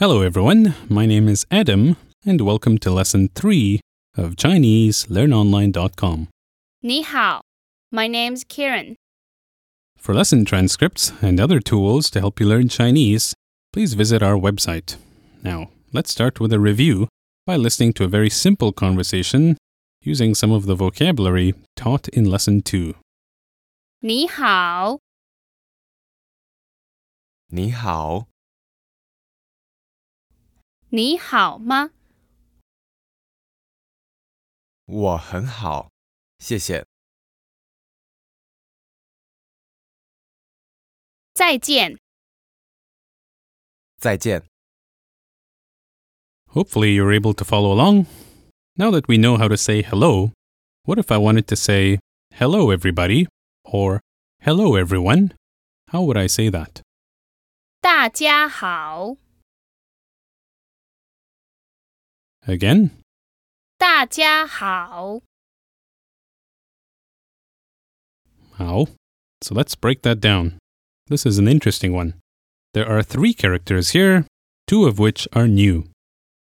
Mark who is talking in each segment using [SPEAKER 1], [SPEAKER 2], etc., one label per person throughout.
[SPEAKER 1] Hello, everyone. My name is Adam, and welcome to lesson three of ChineseLearnOnline.com.
[SPEAKER 2] 你好，My name's Kieran.
[SPEAKER 1] For lesson transcripts and other tools to help you learn Chinese, please visit our website. Now, let's start with a review by listening to a very simple conversation using some of the vocabulary taught in lesson two.
[SPEAKER 2] 你好，
[SPEAKER 3] 你好，
[SPEAKER 2] 你好吗？
[SPEAKER 3] 我很好，谢谢，
[SPEAKER 2] 再见，
[SPEAKER 3] 再见。
[SPEAKER 1] Hopefully, you're able to follow along. Now that we know how to say hello, what if I wanted to say, hello, everybody, or hello, everyone? How would I say that?
[SPEAKER 2] 大家好，
[SPEAKER 1] Again,
[SPEAKER 2] 大家好，
[SPEAKER 1] how? So let's break that down. This is an interesting one. There are three characters here, two of which are new.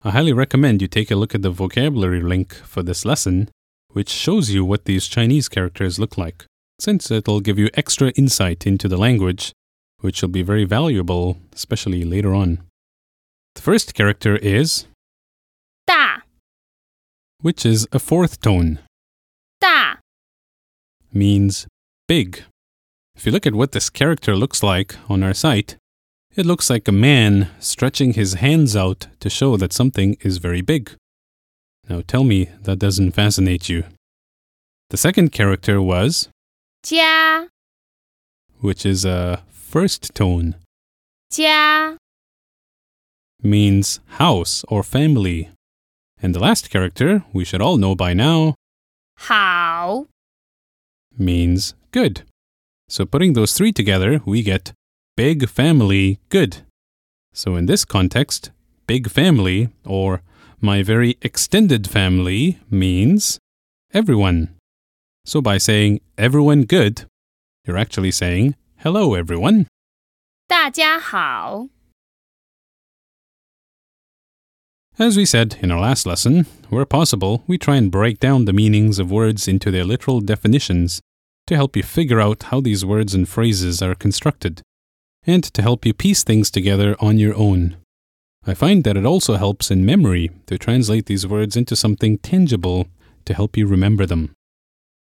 [SPEAKER 1] I highly recommend you take a look at the vocabulary link for this lesson, which shows you what these Chinese characters look like, since it'll give you extra insight into the language, which will be very valuable, especially later on. The first character is,
[SPEAKER 2] 大
[SPEAKER 1] which is a fourth tone.
[SPEAKER 2] 大
[SPEAKER 1] means big. If you look at what this character looks like on our site, it looks like a man stretching his hands out to show that something is very big. Now tell me that doesn't fascinate you. The second character was,
[SPEAKER 2] 家
[SPEAKER 1] which is a first tone,
[SPEAKER 2] 家
[SPEAKER 1] means house or family. And the last character, we should all know by now,
[SPEAKER 2] 好，
[SPEAKER 1] means good. So putting those three together, we get big family good. So in this context, big family or my very extended family means everyone. So by saying everyone good, you're actually saying hello everyone.
[SPEAKER 2] 大家好，
[SPEAKER 1] As we said in our last lesson, where possible, we try and break down the meanings of words into their literal definitions to help you figure out how these words and phrases are constructed, and to help you piece things together on your own. I find that it also helps in memory to translate these words into something tangible to help you remember them.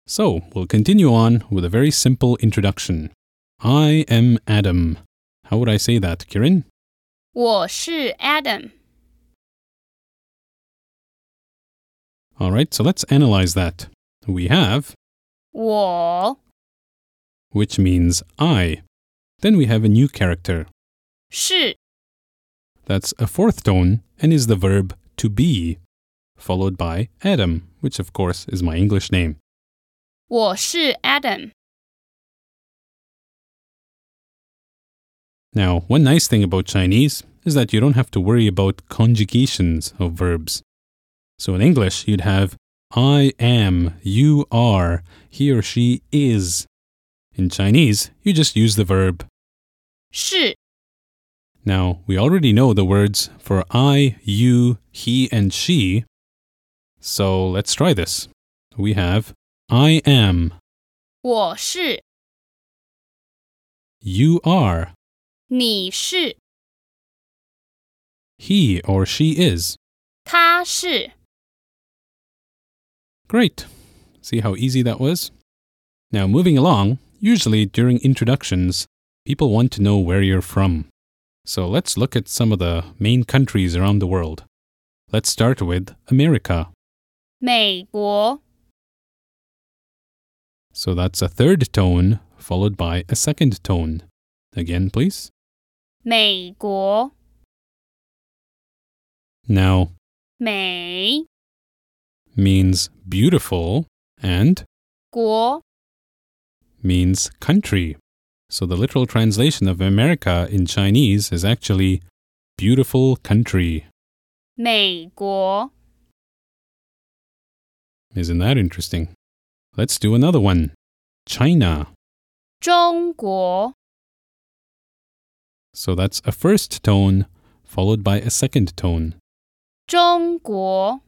[SPEAKER 1] So, we'll continue on with a very simple introduction. I am Adam. How would I say that, Kirin?
[SPEAKER 2] 我是 Adam，
[SPEAKER 1] All right, so let's analyze that. We have
[SPEAKER 2] 我
[SPEAKER 1] which means I. Then we have a new character.
[SPEAKER 2] 是
[SPEAKER 1] That's a fourth tone and is the verb to be, followed by Adam, which of course is my English name.
[SPEAKER 2] 我是 Adam，
[SPEAKER 1] Now, one nice thing about Chinese is that you don't have to worry about conjugations of verbs. So in English, you'd have I am, you are, he or she is. In Chinese, you just use the verb
[SPEAKER 2] 是
[SPEAKER 1] Now, we already know the words for I, you, he, and she. So let's try this. We have I am,
[SPEAKER 2] 我是
[SPEAKER 1] you are,
[SPEAKER 2] 你是
[SPEAKER 1] he or she is.
[SPEAKER 2] 他是
[SPEAKER 1] Great. See how easy that was? Now, moving along, usually during introductions, people want to know where you're from. So let's look at some of the main countries around the world. Let's start with America.
[SPEAKER 2] 美国
[SPEAKER 1] So that's a third tone followed by a second tone. Again, please.
[SPEAKER 2] 美国
[SPEAKER 1] Now,
[SPEAKER 2] 美
[SPEAKER 1] means beautiful and
[SPEAKER 2] 国
[SPEAKER 1] means country. So the literal translation of America in Chinese is actually beautiful country.
[SPEAKER 2] 美国
[SPEAKER 1] Isn't that interesting? Let's do another one. China.
[SPEAKER 2] 中国。
[SPEAKER 1] So that's a first tone followed by a second tone.
[SPEAKER 2] 中国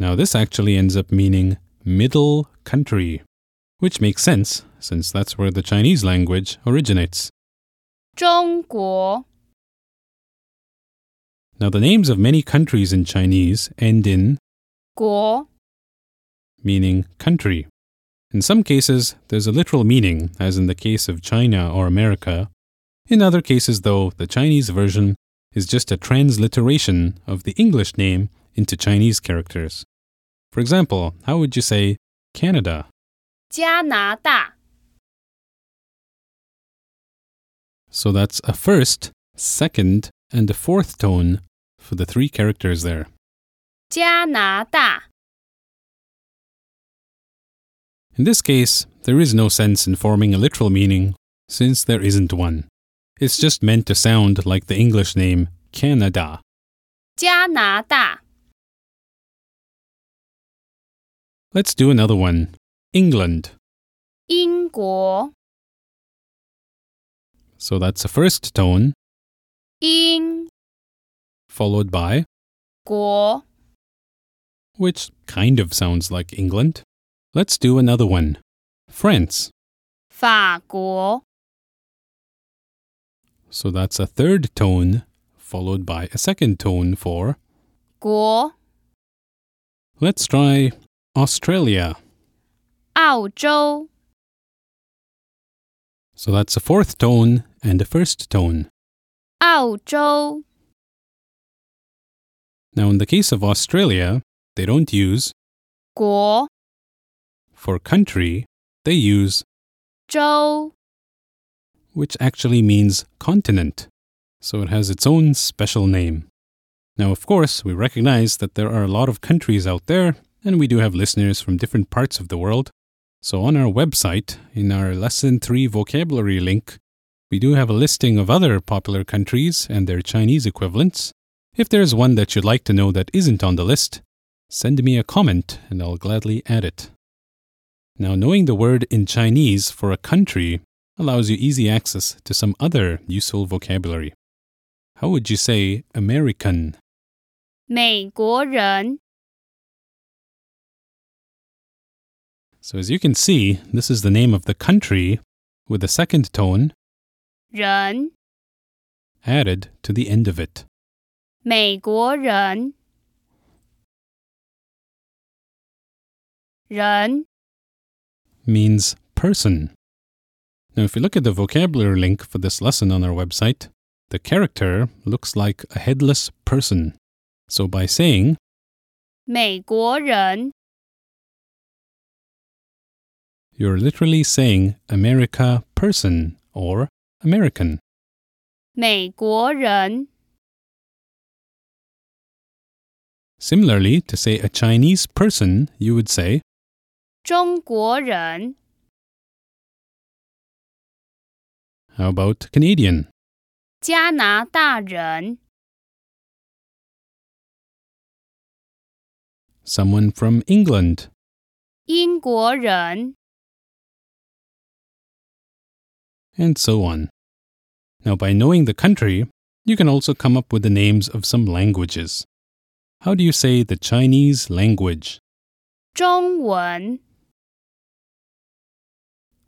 [SPEAKER 1] Now, this actually ends up meaning middle country, which makes sense since that's where the Chinese language originates.
[SPEAKER 2] 中国
[SPEAKER 1] Now, the names of many countries in Chinese end in
[SPEAKER 2] 国
[SPEAKER 1] meaning country. In some cases, there's a literal meaning, as in the case of China or America. In other cases, though, the Chinese version is just a transliteration of the English name into Chinese characters. For example, how would you say Canada?
[SPEAKER 2] 加拿大
[SPEAKER 1] So that's a first, second, and a fourth tone for the three characters there.
[SPEAKER 2] 加拿大
[SPEAKER 1] In this case, there is no sense in forming a literal meaning since there isn't one. It's just meant to sound like the English name Canada.
[SPEAKER 2] 加拿大
[SPEAKER 1] Let's do another one. England.
[SPEAKER 2] 英国
[SPEAKER 1] So that's a first tone,
[SPEAKER 2] 英
[SPEAKER 1] followed by,
[SPEAKER 2] 国
[SPEAKER 1] which kind of sounds like England. Let's do another one. France.
[SPEAKER 2] 法国
[SPEAKER 1] So that's a third tone, followed by a second tone for,
[SPEAKER 2] 国
[SPEAKER 1] let's try Australia.
[SPEAKER 2] 澳洲
[SPEAKER 1] So that's a fourth tone and a first tone.
[SPEAKER 2] 澳洲
[SPEAKER 1] Now, in the case of Australia, they don't use
[SPEAKER 2] 国
[SPEAKER 1] for country, they use
[SPEAKER 2] 州
[SPEAKER 1] which actually means continent. So it has its own special name. Now, of course, we recognize that there are a lot of countries out there, and we do have listeners from different parts of the world. So on our website, in our Lesson 3 vocabulary link, we do have a listing of other popular countries and their Chinese equivalents. If there's one that you'd like to know that isn't on the list, send me a comment and I'll gladly add it. Now, knowing the word in Chinese for a country allows you easy access to some other useful vocabulary. How would you say American?
[SPEAKER 2] 美国人
[SPEAKER 1] So, as you can see, this is the name of the country with a second tone
[SPEAKER 2] 人
[SPEAKER 1] added to the end of it.
[SPEAKER 2] 美国人人
[SPEAKER 1] Means person. Now, if you look at the vocabulary link for this lesson on our website, the character looks like a headless person. So, by saying
[SPEAKER 2] 美国人
[SPEAKER 1] You're literally saying America person or American.
[SPEAKER 2] 美国人
[SPEAKER 1] Similarly, to say a Chinese person, you would say
[SPEAKER 2] 中国人
[SPEAKER 1] How about Canadian?
[SPEAKER 2] 加拿大人
[SPEAKER 1] Someone from England.
[SPEAKER 2] 英国人
[SPEAKER 1] And so on. Now, by knowing the country, you can also come up with the names of some languages. How do you say the Chinese language?
[SPEAKER 2] 中文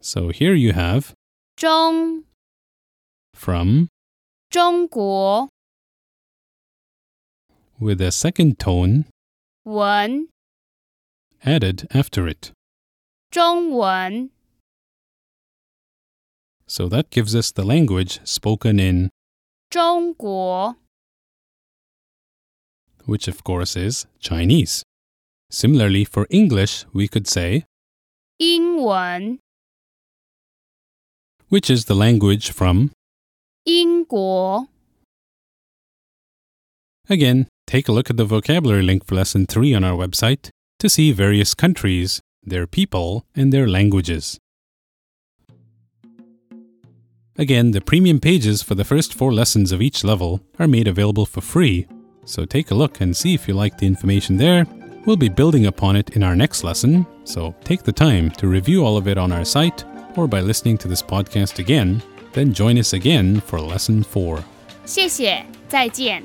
[SPEAKER 1] So here you have
[SPEAKER 2] 中
[SPEAKER 1] from
[SPEAKER 2] 中国
[SPEAKER 1] with a second tone
[SPEAKER 2] 文
[SPEAKER 1] added after it.
[SPEAKER 2] 中文
[SPEAKER 1] So that gives us the language spoken in,
[SPEAKER 2] 中国
[SPEAKER 1] which of course is Chinese. Similarly, for English, we could say
[SPEAKER 2] 英文
[SPEAKER 1] which is the language from.
[SPEAKER 2] 英国
[SPEAKER 1] Again, take a look at the vocabulary link for lesson 3 on our website to see various countries, their people, and their languages. Again, the premium pages for the first four lessons of each level are made available for free, so take a look and see if you like the information there. We'll be building upon it in our next lesson, so take the time to review all of it on our site or by listening to this podcast again, then join us again for lesson 4.
[SPEAKER 2] 谢谢，再见。